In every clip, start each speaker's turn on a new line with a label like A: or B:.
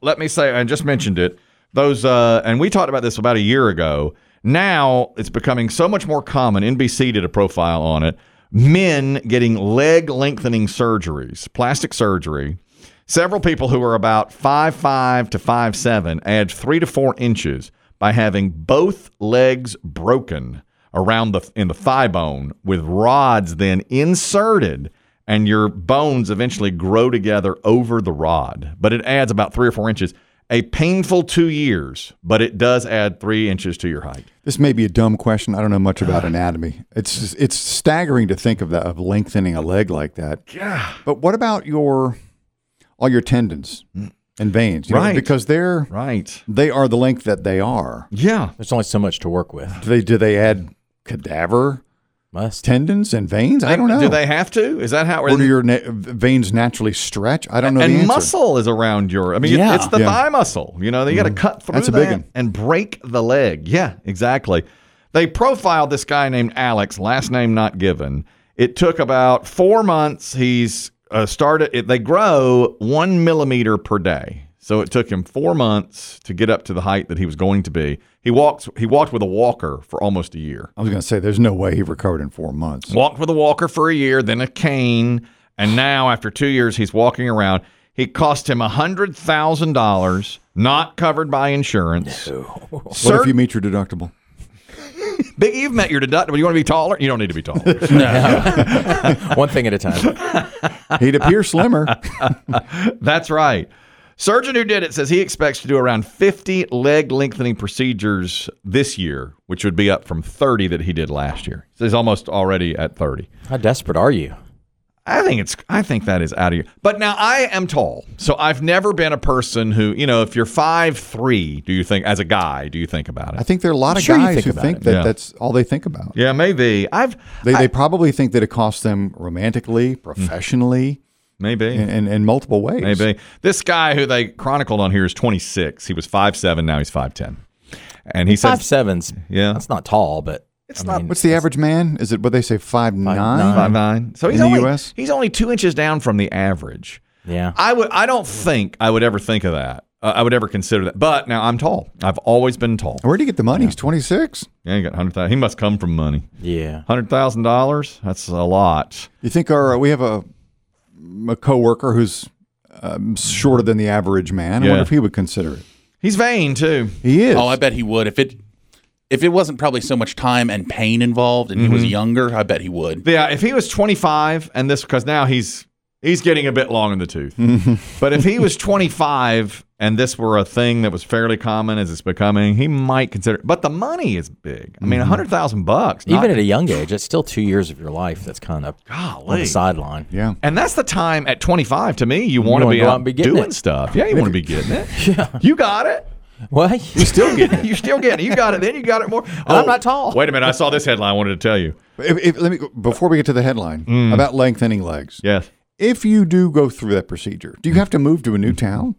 A: let me say, I just mentioned it. Those uh, and we talked about this about a year ago. Now it's becoming so much more common. NBC did a profile on it. Men getting leg lengthening surgeries, plastic surgery. Several people who are about five five to five seven add three to four inches by having both legs broken around the in the thigh bone with rods then inserted and your bones eventually grow together over the rod but it adds about three or four inches a painful two years but it does add three inches to your height
B: This may be a dumb question. I don't know much about anatomy. It's just- it's staggering to think of that of lengthening a leg like that. Yeah. But what about your all your tendons and veins? You know,
A: Right.
B: because they're
A: right
B: they are the length that they are.
A: yeah
C: There's only so much to work with.
B: Do they do they add cadaver
C: Must.
B: tendons and veins? I don't know.
A: do they have to is that how
B: Or do your na- veins naturally stretch? I don't know. the
A: and
B: answer.
A: muscle is around your. I mean,
C: Yeah.
A: it's the
B: Yeah. Mm.
A: thigh muscle. You know, you got to cut through
B: That's a
A: that
B: big one.
A: and break the leg. Yeah, exactly. They profiled this guy named Alex, last name not given. It took about four months. He's uh, started. It, they grow one millimeter per day, so it took him four months to get up to the height that he was going to be. He walks. He walked with a walker for almost a year
B: I was going to say there's no way he recovered in four months.
A: walked with a walker for a year, then a cane, and now after two years, he's walking around. He cost him hundred thousand dollars, not covered by insurance.
B: What
A: Sur-
B: if you meet your deductible?
A: Big, you've met your deductible. You want to be taller? You don't need to be taller.
C: One thing at a time.
B: He'd appear slimmer.
A: That's right. Surgeon who did it says he expects to do around 50 leg lengthening procedures this year, which would be up from 30 that he did last year. So he's almost already at 30.
C: How desperate are you?
A: I think it's I think that is out of your but now I am tall. So I've never been a person who, you know, if you're five three, do you think as a guy, do you think about it?
B: I think there are a lot of
C: Sure you
B: guys
C: think
B: who
C: about
B: think
C: it.
B: that
A: Yeah.
B: that's all they think about.
A: yeah, maybe. I've
B: They, they probably think that it costs them romantically, professionally,
A: maybe.
B: and, and in multiple ways.
A: Maybe. This guy who they chronicled on here is twenty six. He was five seven, now he's five ten. And he
C: Five
A: says
C: sevens.
A: Yeah.
C: That's not tall, but
A: it's not
B: What's the average man? Is it what they say, five nine?
A: five nine. So he's
B: In the
A: only
B: US?
A: he's only two inches down from the average.
C: yeah.
A: I would I don't think I would ever think of that. Uh, I would ever consider that. But now I'm tall. I've always been tall.
B: Where'd he get the money? He's 26.
A: Yeah, he got hundred thousand. He must come from money.
C: Yeah.
A: Hundred thousand dollars? That's a lot.
B: You think our, uh, we have a, a coworker who's um, shorter than the average man? I
A: Yeah.
B: wonder if he would consider it.
A: He's vain too.
B: He is.
D: Oh, I bet he would if it if it wasn't probably so much time and pain involved, and he was younger. I bet he would.
A: Yeah, if he was twenty five and this because now he's he's getting a bit long in the tooth. but if he was twenty five and this were a thing that was fairly common as it's becoming, he might consider it. But the money is big. I mean, a hundred thousand bucks. not-
C: Mm-hmm. Even at a young age, it's still two years of your life that's kind of on
A: golly.
C: the sideline.
B: yeah.
A: And that's the time at 25 to me you want to
C: wanna
A: be
C: go
A: out
C: out and be getting
A: doing
C: it.
A: stuff. Yeah, you want to be getting it. yeah. You got it.
C: What?
A: Still getting it. You're still getting it. You got it then, you got it more. Oh,
C: I'm not tall.
A: Wait a minute. I saw this headline I wanted to tell you.
B: If, if, let me go- before we get to the headline about lengthening legs.
A: Yes.
B: If you do go through that procedure, do you have to move to a new town?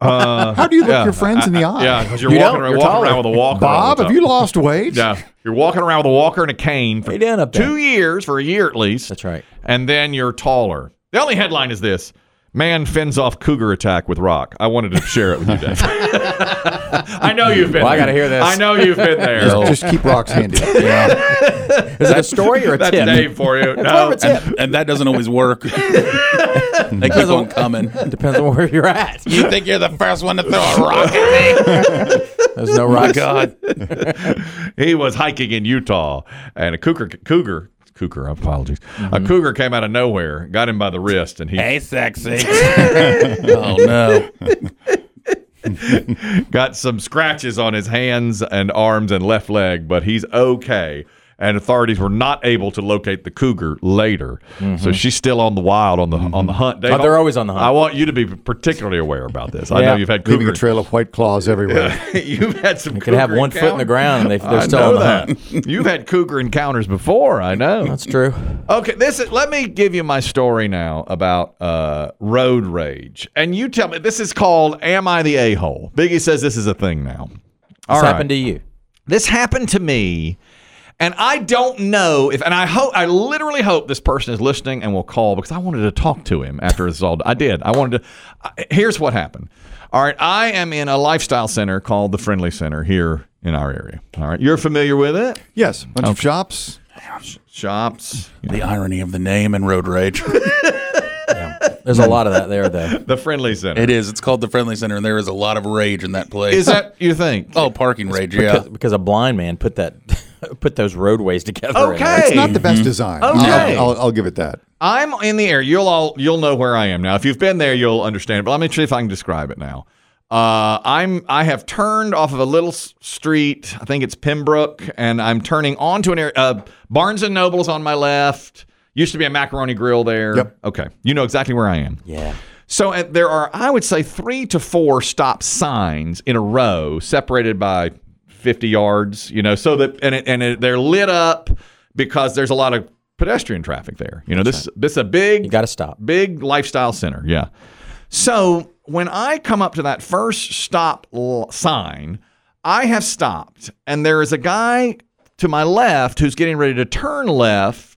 A: Uh,
B: How do you look your friends in the eye?
A: Yeah, because you're
C: You
A: walking,
C: don't.
A: around,
C: You're
A: walking
C: taller.
A: around with a walker. all
B: Bob,
A: the
B: have
A: time.
B: you lost weight?
A: Yeah, you're walking around with a walker and a cane for
C: Way down up there.
A: two years, for a year at least.
C: That's right.
A: And then you're taller. The only headline is this: Man fends off cougar attack with rock. I wanted to share it with you, Dave. I know you've been.
C: Well, I
A: there.
C: gotta hear this.
A: I know you've been there.
B: Just keep rocks handy. Yeah.
C: Is it a story or a
A: That's
C: tip?
A: Dave for you.
C: more
A: No,
C: of a tip.
D: And that doesn't always work. they keep on coming.
C: Depends on where you're at.
D: You think you're the first one to throw a rock at me?
C: There's no right. God.
A: he was hiking in Utah, and a cougar, cougar, cougar. Apologies,
C: Mm-hmm.
A: a cougar came out of nowhere, got him by the wrist, and he
D: Hey, sexy. oh no.
A: got some scratches on his hands and arms and left leg, but he's okay. And authorities were not able to locate the cougar later, so she's still on the wild on the on the hunt. Dave,
C: Oh, Mm-hmm. they're always on the hunt.
A: I want you to be particularly aware about this. I
C: Yeah.
A: know you've had
B: Leaving
A: cougar.
B: a trail of white claws everywhere.
A: you've had some. You
C: Could have one foot in the ground and they, they're
A: I
C: still
A: know
C: on the
A: that.
C: hunt.
A: You've had cougar encounters before. I know.
C: That's true.
A: Okay, this is, let me give you my story now about uh, road rage, and you tell me this is called "Am I the a hole?" Biggie says this is a thing now. All
C: It's
A: right.
C: happened to you.
A: This happened to me And I don't know if, and I hope, I literally hope this person is listening and will call because I wanted to talk to him after this is all. I did. I wanted to. I- Here's what happened. All right, I am in a lifestyle center called the Friendly Center here in our area. All right, you're familiar with it?
B: Yes, bunch of shops.
A: Shops. you know,
D: The irony of the name and road rage.
C: There's a lot of that there, though.
A: the Friendly Center.
D: it is. It's called the Friendly Center, and there is a lot of rage in that place.
A: Is that you think?
D: Oh, parking rage. Yeah.
C: Because, because a blind man put that put those roadways together. in there.
A: Okay.
B: It's not the best design.
A: Mm-hmm. Okay.
B: I'll, I'll, I'll give it that.
A: I'm in the air. You'll all you'll know where I am now. If you've been there, you'll understand. But let me see if I can describe it now. Uh, I'm I have turned off of a little s- street. I think it's Pembroke, and I'm turning onto an area. Uh, Barnes and Noble is on my left. Used to be a macaroni grill there.
B: Yep.
A: Okay, you know exactly where I am.
C: Yeah.
A: So uh, there are, I would say, three to four stop signs in a row, separated by 50 yards. You know, so that and it, and it, they're lit up because there's a lot of pedestrian traffic there. You know, this this is a big
C: You got to stop.
A: Big lifestyle center, yeah. So when I come up to that first stop l- sign, I have stopped, and there is a guy to my left who's getting ready to turn left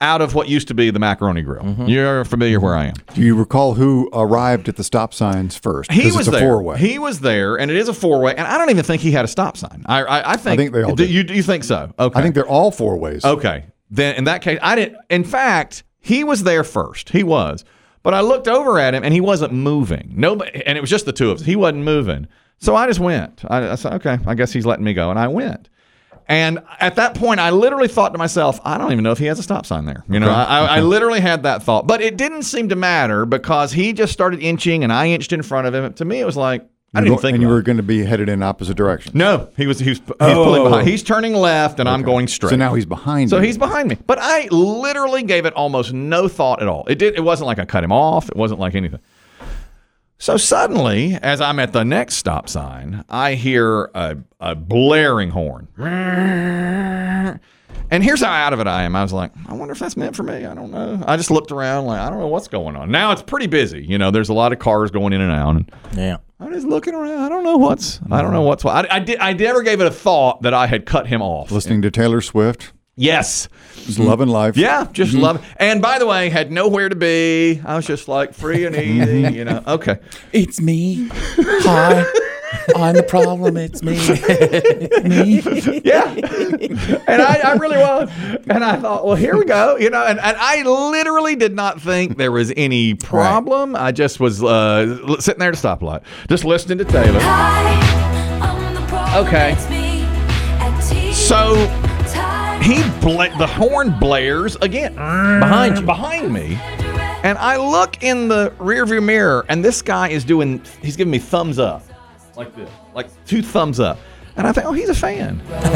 A: out of what used to be the Macaroni Grill.
C: Mm-hmm.
A: You're familiar where I am.
B: Do you recall who arrived at the stop signs first?
A: He
B: 'Cause
A: was
B: it's a
A: there.
B: four-way.
A: He was there, and it is a four way. And I don't even think he had a stop sign. I I, I think,
B: think they all
A: do.
B: did.
A: You, do you think so? Okay.
B: I think they're all four ways.
A: Okay. Then in that case, I didn't. In fact, he was there first. He was. But I looked over at him and he wasn't moving. Nobody, and it was just the two of us. He wasn't moving. So I just went. I, I said, okay, I guess he's letting me go. And I went. And at that point, I literally thought to myself, I don't even know if he has a stop sign there. You know, I, I, I literally had that thought. But it didn't seem to matter because he just started inching and I inched in front of him. To me, it was like, I didn't
B: And you-
A: even think
B: and you
A: about it.
B: were going to be headed in opposite direction.
A: No, he was he was, he was pulling behind. He's turning left and I'm going straight.
B: Oh. So now he's behind.
A: So
B: you.
A: he's behind me. But I literally gave it almost no thought at all. It did it wasn't like I cut him off. It wasn't like anything. So suddenly, as I'm at the next stop sign, I hear a, a blaring horn. And here's how out of it I am. I was like, I wonder if that's meant for me. I don't know. I just looked around, like, I don't know what's going on. Now it's pretty busy. You know, there's a lot of cars going in and out. And
C: Yeah.
A: I'm just looking around. I don't know what's, I don't know what's, I, I, did, I never gave it a thought that I had cut him off.
B: listening to Taylor Swift.
A: Yes.
B: He's loving life.
A: Hmm. Yeah, just love it. And by the way, had nowhere to be. I was just like free and easy, you know. Okay.
D: It's me. Hi. I'm the problem. It's me.
A: Yeah. and I, I really was. And I thought, well, here we go, you know. And, and I literally did not think there was any problem. I just was uh, l- sitting there at a stoplight, just listening to Taylor. Okay.
E: Okay.
A: So
E: he.
A: he bla- the horn blares again
C: Behind you.
A: behind me. And I look in the rearview mirror, and this guy is doing, he's giving me thumbs up. Like this. Like two thumbs up. And I think, oh, he's a fan.
B: You must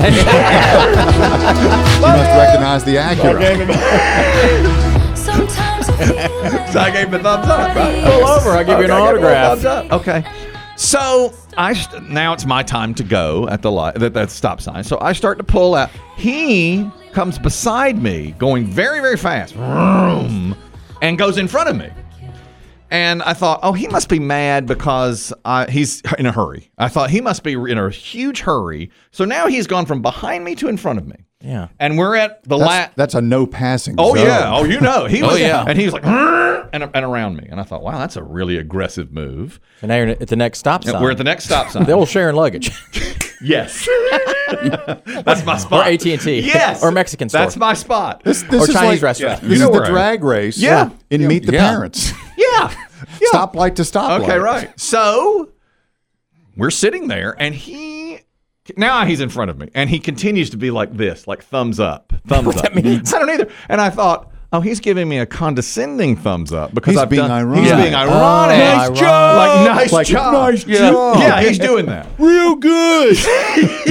B: recognize the Acura.
E: Sometimes I feel like
A: So I gave him a thumbs up. Right?
E: Pull
C: over, I'll give you an
A: I gave him a
C: autograph.
A: thumbs up. Okay. So I st- now it's my time to go at the light that that stop sign. So I start to pull out. He comes beside me, going very very fast, vroom, and goes in front of me. And I thought, oh, he must be mad because I, he's in a hurry. I thought he must be in a huge hurry. So now he's gone from behind me to in front of me.
C: Yeah.
A: And we're at the last.
B: That's, that's a no passing.
A: Oh
B: zone.
A: yeah. Oh, you know. He was.
D: yeah.
A: And he was like, "Grr," and, and around me, and I thought, wow, that's a really aggressive move.
C: And now you're at the next stop sign.
A: We're at the next stop sign.
C: The old sharing luggage.
A: yes. that's my
C: or
A: spot.
C: AT&T.
A: Yes.
C: or Mexican store.
A: That's my spot.
B: This, this
C: Or
B: is like,
C: Chinese restaurant.
A: Yeah.
B: This
A: You know
B: is
A: where
B: the
A: I am.
B: drag race.
A: Yeah.
B: In Meet the
D: Yeah.
B: Parents.
A: yeah. Yeah.
B: Stoplight to stoplight.
A: Okay. Right. So we're sitting there, and he. Now he's in front of me, and he continues to be like this, like thumbs up, thumbs up. I don't either. And I thought, oh, he's giving me a condescending thumbs up because
B: He's
A: I've
B: being
A: done,
B: ironic.
A: He's being
B: Yeah.
A: ironic.
B: Oh,
A: nice
B: ironic.
A: job. Like nice
B: Like,
A: job.
B: nice
A: yeah.
B: job.
A: Yeah, he's doing that.
B: Real good.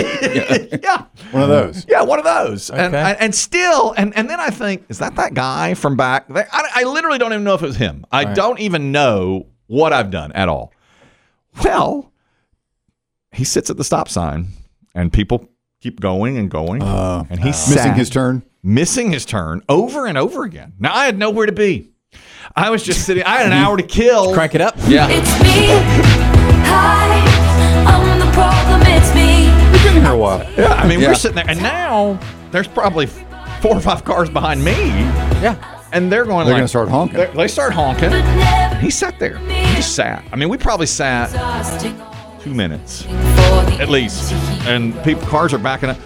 A: yeah.
B: One of those.
A: Yeah, one of those, and,
C: Okay.
A: and and still, and and then I think, is that that guy from back? There? I, I literally don't even know if it was him. I don't even know what I've done at all. Well, he sits at the stop sign, and people keep going and going, and he's
B: Missing his turn.
A: missing his turn over and over again. Now I had nowhere to be. I was just sitting. I had an hour to kill.
C: Crank it up.
D: Yeah.
E: It's me. Hi. I'm the problem. It's me.
B: Been here a while.
A: Yeah, I mean, we're
D: Yeah.
A: sitting there, and now there's probably four or five cars behind me,
C: Yeah.
A: and they're going.
B: They're
A: like,
B: gonna start honking.
A: They they start honking.
E: but never
A: He sat there. He just sat. I mean, we probably sat
E: exhausting
A: two minutes
E: at
A: at least, and people cars are backing up.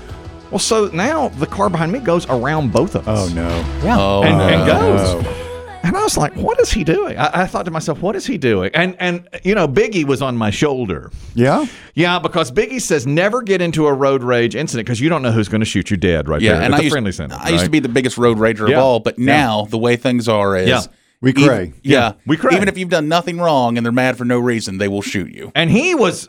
A: Well, so now the car behind me goes around both of
B: Oh
A: us.
B: no.
C: Yeah.
D: Oh,
A: and, and
D: no.
A: goes. And I was like, "What is he doing?" I, I thought to myself, "What is he doing?" And and you know, Biggie was on my shoulder.
B: Yeah.
A: Yeah, because Biggie says never get into a road rage incident because you don't know who's going to shoot you dead right
D: Yeah,
A: there.
D: and
A: at
D: I
A: the
D: used,
A: friendly center.
D: I used to be the biggest road rager
A: Yeah.
D: of all, but
A: Yeah.
D: now the way things are is
A: Yeah.
B: We
D: ev-
B: cray.
D: yeah,
A: we cray.
D: Even if you've done nothing wrong and they're mad for no reason, they will shoot you.
A: and he was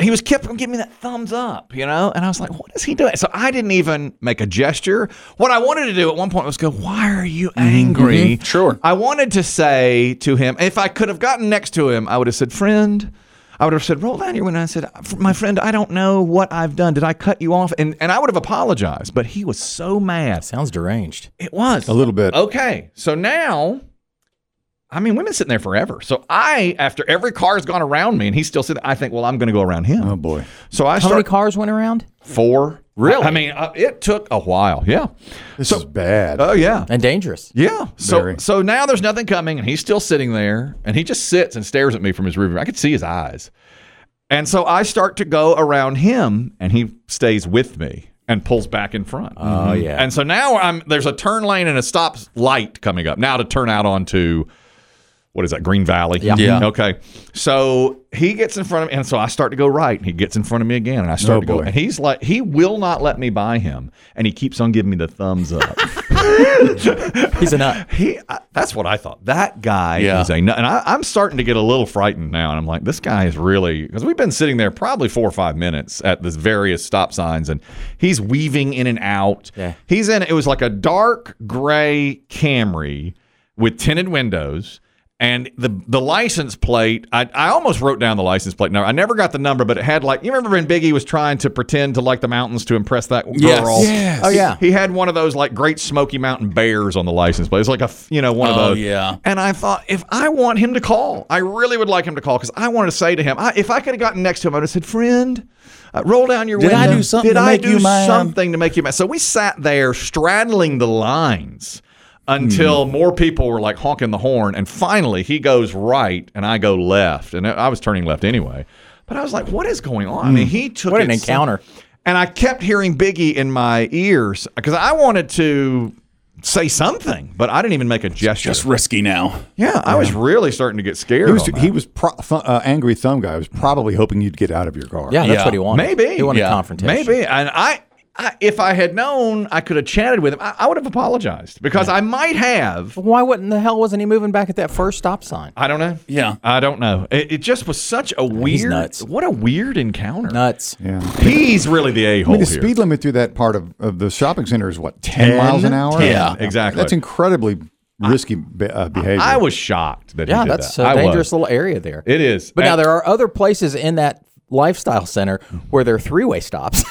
A: he was kept on giving me that thumbs up, you know, and I was like, "What is he doing?" So I didn't even make a gesture. What I wanted to do at one point was go, "Why are you angry?"
D: Mhm, sure.
A: I wanted to say to him, if I could have gotten next to him, I would have said, "Friend." I would have said, "Roll down your window." And I said, "My friend, I don't know what I've done. Did I cut you off?" And and I would have apologized, but he was so mad.
C: Sounds deranged.
A: It was
B: A little bit.
A: Oh. Okay. So now, I mean, we've been sitting there forever. So I, after every car's gone around me and he's still sitting, I think, well, I'm going to go around him.
B: Oh boy.
A: so I
C: How many
A: start
C: cars went around?
A: four.
C: Really?
A: I, I mean, uh, it took a while. Yeah.
B: This is bad.
A: Oh, yeah.
C: And dangerous.
A: Yeah. So
B: Very.
A: so now there's nothing coming, and he's still sitting there, and he just sits and stares at me from his rearview. I could see his eyes, and so I start to go around him, and he stays with me and pulls back in front. Oh
C: yeah.
A: And so now I'm there's a turn lane and a stop light coming up now to turn out onto. What is that? Green Valley.
C: Yeah.
D: Yeah.
A: Okay. So he gets in front of me, and so I start to go right, and he gets in front of me again, and I start
B: Oh,
A: to go.
B: boy.
A: And he's like, he will not let me by him, and he keeps on giving me the thumbs up.
C: He's a nut.
A: He, I, that's what I thought. That guy
D: Yeah.
A: is a nut. And I, I'm starting to get a little frightened now. And I'm like, this guy is really, because we've been sitting there probably four or five minutes at the various stop signs and he's weaving in and out.
C: Yeah.
A: He's in, it was like a dark gray Camry with tinted windows. And the the license plate, I, I almost wrote down the license plate number. I never got the number, but it had like you remember when Biggie was trying to pretend to like the mountains to impress that girl.
D: Yes.
B: Yes.
C: Oh, yeah.
A: He had one of those like Great Smoky Mountain Bears on the license plate. It's like a f- you know one
D: Oh,
A: of those.
D: yeah.
A: And I thought if I want him to call, I really would like him to call because I wanted to say to him, I, if I could have gotten next to him, I'd have said, "Friend, uh, roll down your
D: Did I
A: window.
D: do something
A: Did
D: to
A: I
D: make
A: do
D: you mad?"
A: something to make you mad?" So we sat there straddling the lines until
D: Hmm.
A: more people were like honking the horn, and finally he goes right and I go left, and I was turning left anyway. But I was like, "What is going on?" I
D: Hmm.
A: mean, he took
C: What an
A: it so-
C: encounter.
A: and I kept hearing Biggie in my ears because I wanted to say something, but I didn't even make a gesture.
D: Just risky now.
A: yeah, I was really starting to get scared.
B: He was
A: on that.
B: he was pro- th- uh, angry thumb guy. was probably hoping you'd get out of your car.
C: Yeah, that's
D: Yeah.
C: what he wanted.
A: Maybe.
C: He wanted
D: Yeah.
C: confrontation.
A: Maybe. And I, I, if I had known, I could have chatted with him. I, I would have apologized because I might have.
C: Why wouldn't the hell wasn't he moving back at that first stop sign?
A: I don't know.
D: Yeah.
A: I don't know. It, it just was such a weird.
C: nuts.
A: What a weird encounter.
C: Nuts.
B: Yeah.
A: He's really the a
B: I
A: hole
B: mean, the
A: here.
B: speed limit through that part of, of the shopping center is what, 10,
A: 10?
B: miles an hour?
A: Yeah, exactly.
B: That's incredibly risky be, uh, behavior.
A: I was shocked that
C: Yeah,
A: he did
C: that's
A: that.
C: a
A: I was.
C: dangerous little area there.
A: It is.
C: But now
A: And-
C: there are other places in that lifestyle center where there are three-way stops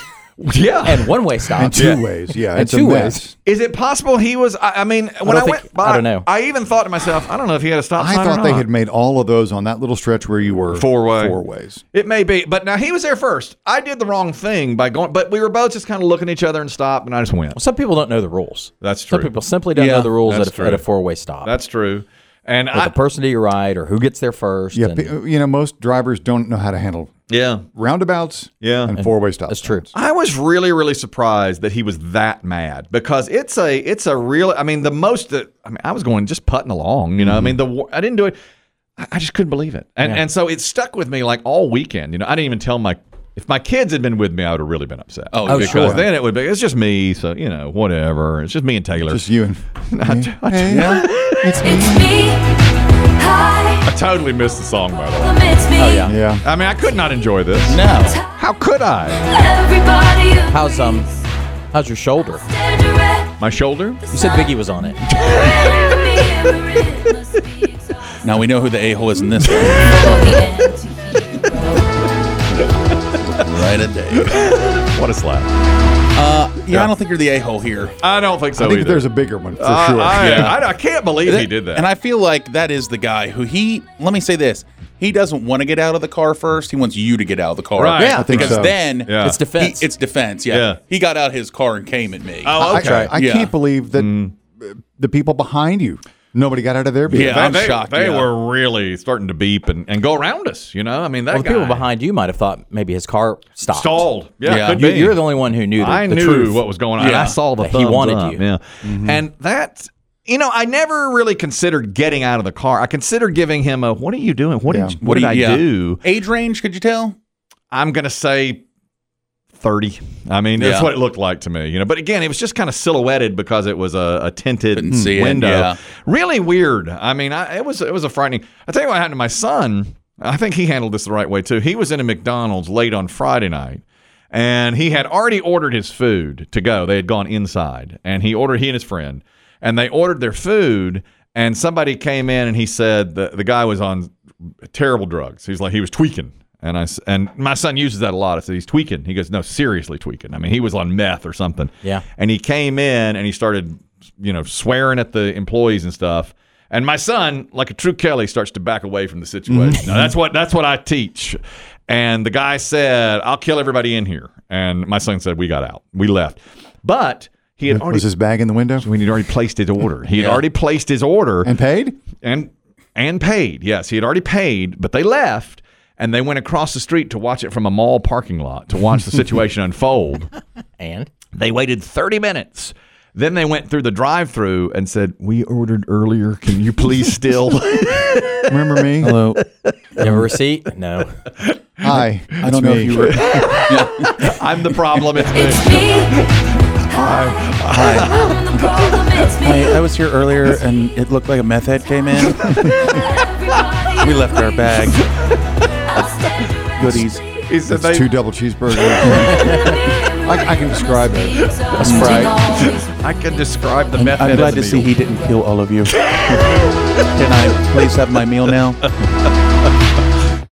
A: Yeah.
C: and one-way
B: And
C: stops.
B: two ways. Yeah.
C: And
B: it's a
C: two
B: mess.
C: ways.
A: Is it possible he was? I, I mean, when I,
C: don't
A: went
C: think-
A: by,
C: I don't know.
A: I even thought to myself, I don't know if he had a stop
B: I
A: sign. or
B: thought they
A: not.
B: had made all of those on that little stretch where you were
A: Four way.
B: Four ways.
A: It may be, but now he was there first. I did the wrong thing by going, but we were both just kind of looking at each other and stopped, and I just went.
C: Some people don't know the rules.
A: That's
C: Some
A: true.
C: people simply don't
D: Yeah,
C: know the rules at
A: that's
C: a, at a
A: true.
C: four-way stop.
A: That's true. And
C: With
A: I,
C: the person to your right or who gets there first.
B: Yeah.
C: and-
B: pe- You know, most drivers don't know how to handle
A: yeah,
B: roundabouts
A: Yeah.
B: and four way stops.
C: that's true.
A: I was really, really surprised that he was that mad because it's a, it's a real. I mean, the most. that I mean, I was going just putting along. You know, I mean, the wa- I didn't do it. I I just couldn't believe it, and and so it stuck with me like all weekend. You know, I didn't even tell my. If my kids had been with me, I would have really been upset.
D: Oh,
C: Oh,
D: because-
C: sure.
A: Because then it would be it's just me, so you know, whatever. It's just me and Taylor.
B: Just you and. Hey,
E: It's me. High
A: I totally missed the song by the way.
E: limits
C: Oh,
E: me.
B: Yeah.
A: I mean, I could not enjoy this.
D: No.
A: How could I?
E: Everybody agrees.
C: How's um, how's your shoulder?
E: Stand erect.
A: My shoulder?
C: You said Biggie was on it.
E: Every ever it must be exhausting.
D: Now we know who the a hole is in this one.
E: For the end to be.
D: right at Dave.
A: What a slap.
D: Yeah, I don't think you're the a hole here.
A: I don't think so
B: I think
A: either.
B: there's a bigger one for
A: I-
B: sure.
A: I,
D: Yeah.
A: I- I can't believe he did that.
D: And I feel like that is the guy who he, let me say this, He doesn't want to get out of the car first. He wants you to get out of the car.
A: Right. Yeah, I
B: think
D: because
B: so.
D: then
A: Yeah.
C: It's defense.
D: He, it's defense. Yeah.
A: Yeah.
D: He got out his car and came at me.
A: Oh,
B: I-
A: okay. Mm.
B: I,
D: Yeah.
B: can't believe that uh, the people behind you, nobody got out of their vehicle.
D: Yeah.
A: They-
D: I'm
A: they,
D: shocked,
A: They
D: yeah.
A: were really starting to beep and, and go around us. You know, I mean, that
C: well, the
A: guy
C: people behind you might have thought maybe his car stopped.
A: stalled. Yeah,
D: Yeah.
A: could
C: You,
A: be.
C: you're the only one who knew. The,
A: I
C: the
A: knew
C: truth.
A: what was going on. Mm-hmm.
D: Yeah.
A: I saw the
C: That he
A: thumbs
C: wanted
A: up.
C: you.
A: Yeah, and that you know, I never really considered getting out of the car. I considered giving him a "What are you doing? What
B: Yeah.
A: did you, what, did
D: do
A: I
D: you- yeah.
A: do?"
D: Age range? Could you tell?
A: I'm gonna say. 30. I mean, that's
D: Yeah.
A: what it looked like to me, you know. But again, it was just kind of silhouetted because it was a, a tinted
D: Couldn't see it,
A: window.
D: yeah.
A: Really weird. I mean, I, it was it was a frightening. I tell you what happened to my son. I think he handled this the right way too. He was in a McDonald's late on Friday night, and he had already ordered his food to go. They had gone inside, and he ordered he and his friend, and they ordered their food. And somebody came in, and he said the the guy was on terrible drugs. He's like he was tweaking, and I s- and my son uses that a lot. I said he's tweaking. He goes, no, seriously tweaking. I mean, he was on meth or something.
C: Yeah.
A: And he came in and he started, you know, swearing at the employees and stuff. And my son, like a true Kelly, starts to back away from the situation. now, that's what that's what I teach. And the guy said, "I'll kill everybody in here." And my son said, "We got out. We left." But he had already
B: Was his bag in the window
A: when he'd already placed his order. He had already placed his order
B: and paid?
A: and and paid. Yes, he had already paid, but they left and they went across the street to watch it from a mall parking lot to watch the situation unfold.
C: And
A: They waited 30 minutes. Then they went through the drive-through and said, "We ordered earlier. Can you please still?"
B: Remember me?
C: hello. you have a receipt? No.
B: Hi. I don't know if
C: me.
B: you were.
A: I'm the problem. It's me.
E: It's me. I'm the problem. It's me.
D: I was here earlier and it looked like a meth head came in.
E: Everybody agrees. I'll stand around
D: goodies.
E: and
A: He said
B: It's
A: they,
B: two double cheeseburgers.
E: scream.
B: I- I can describe it.
E: Everybody must be exalted.
D: fried.
A: I can describe the method. as a meal.
D: didn't kill all of you. Can I please have my meal now?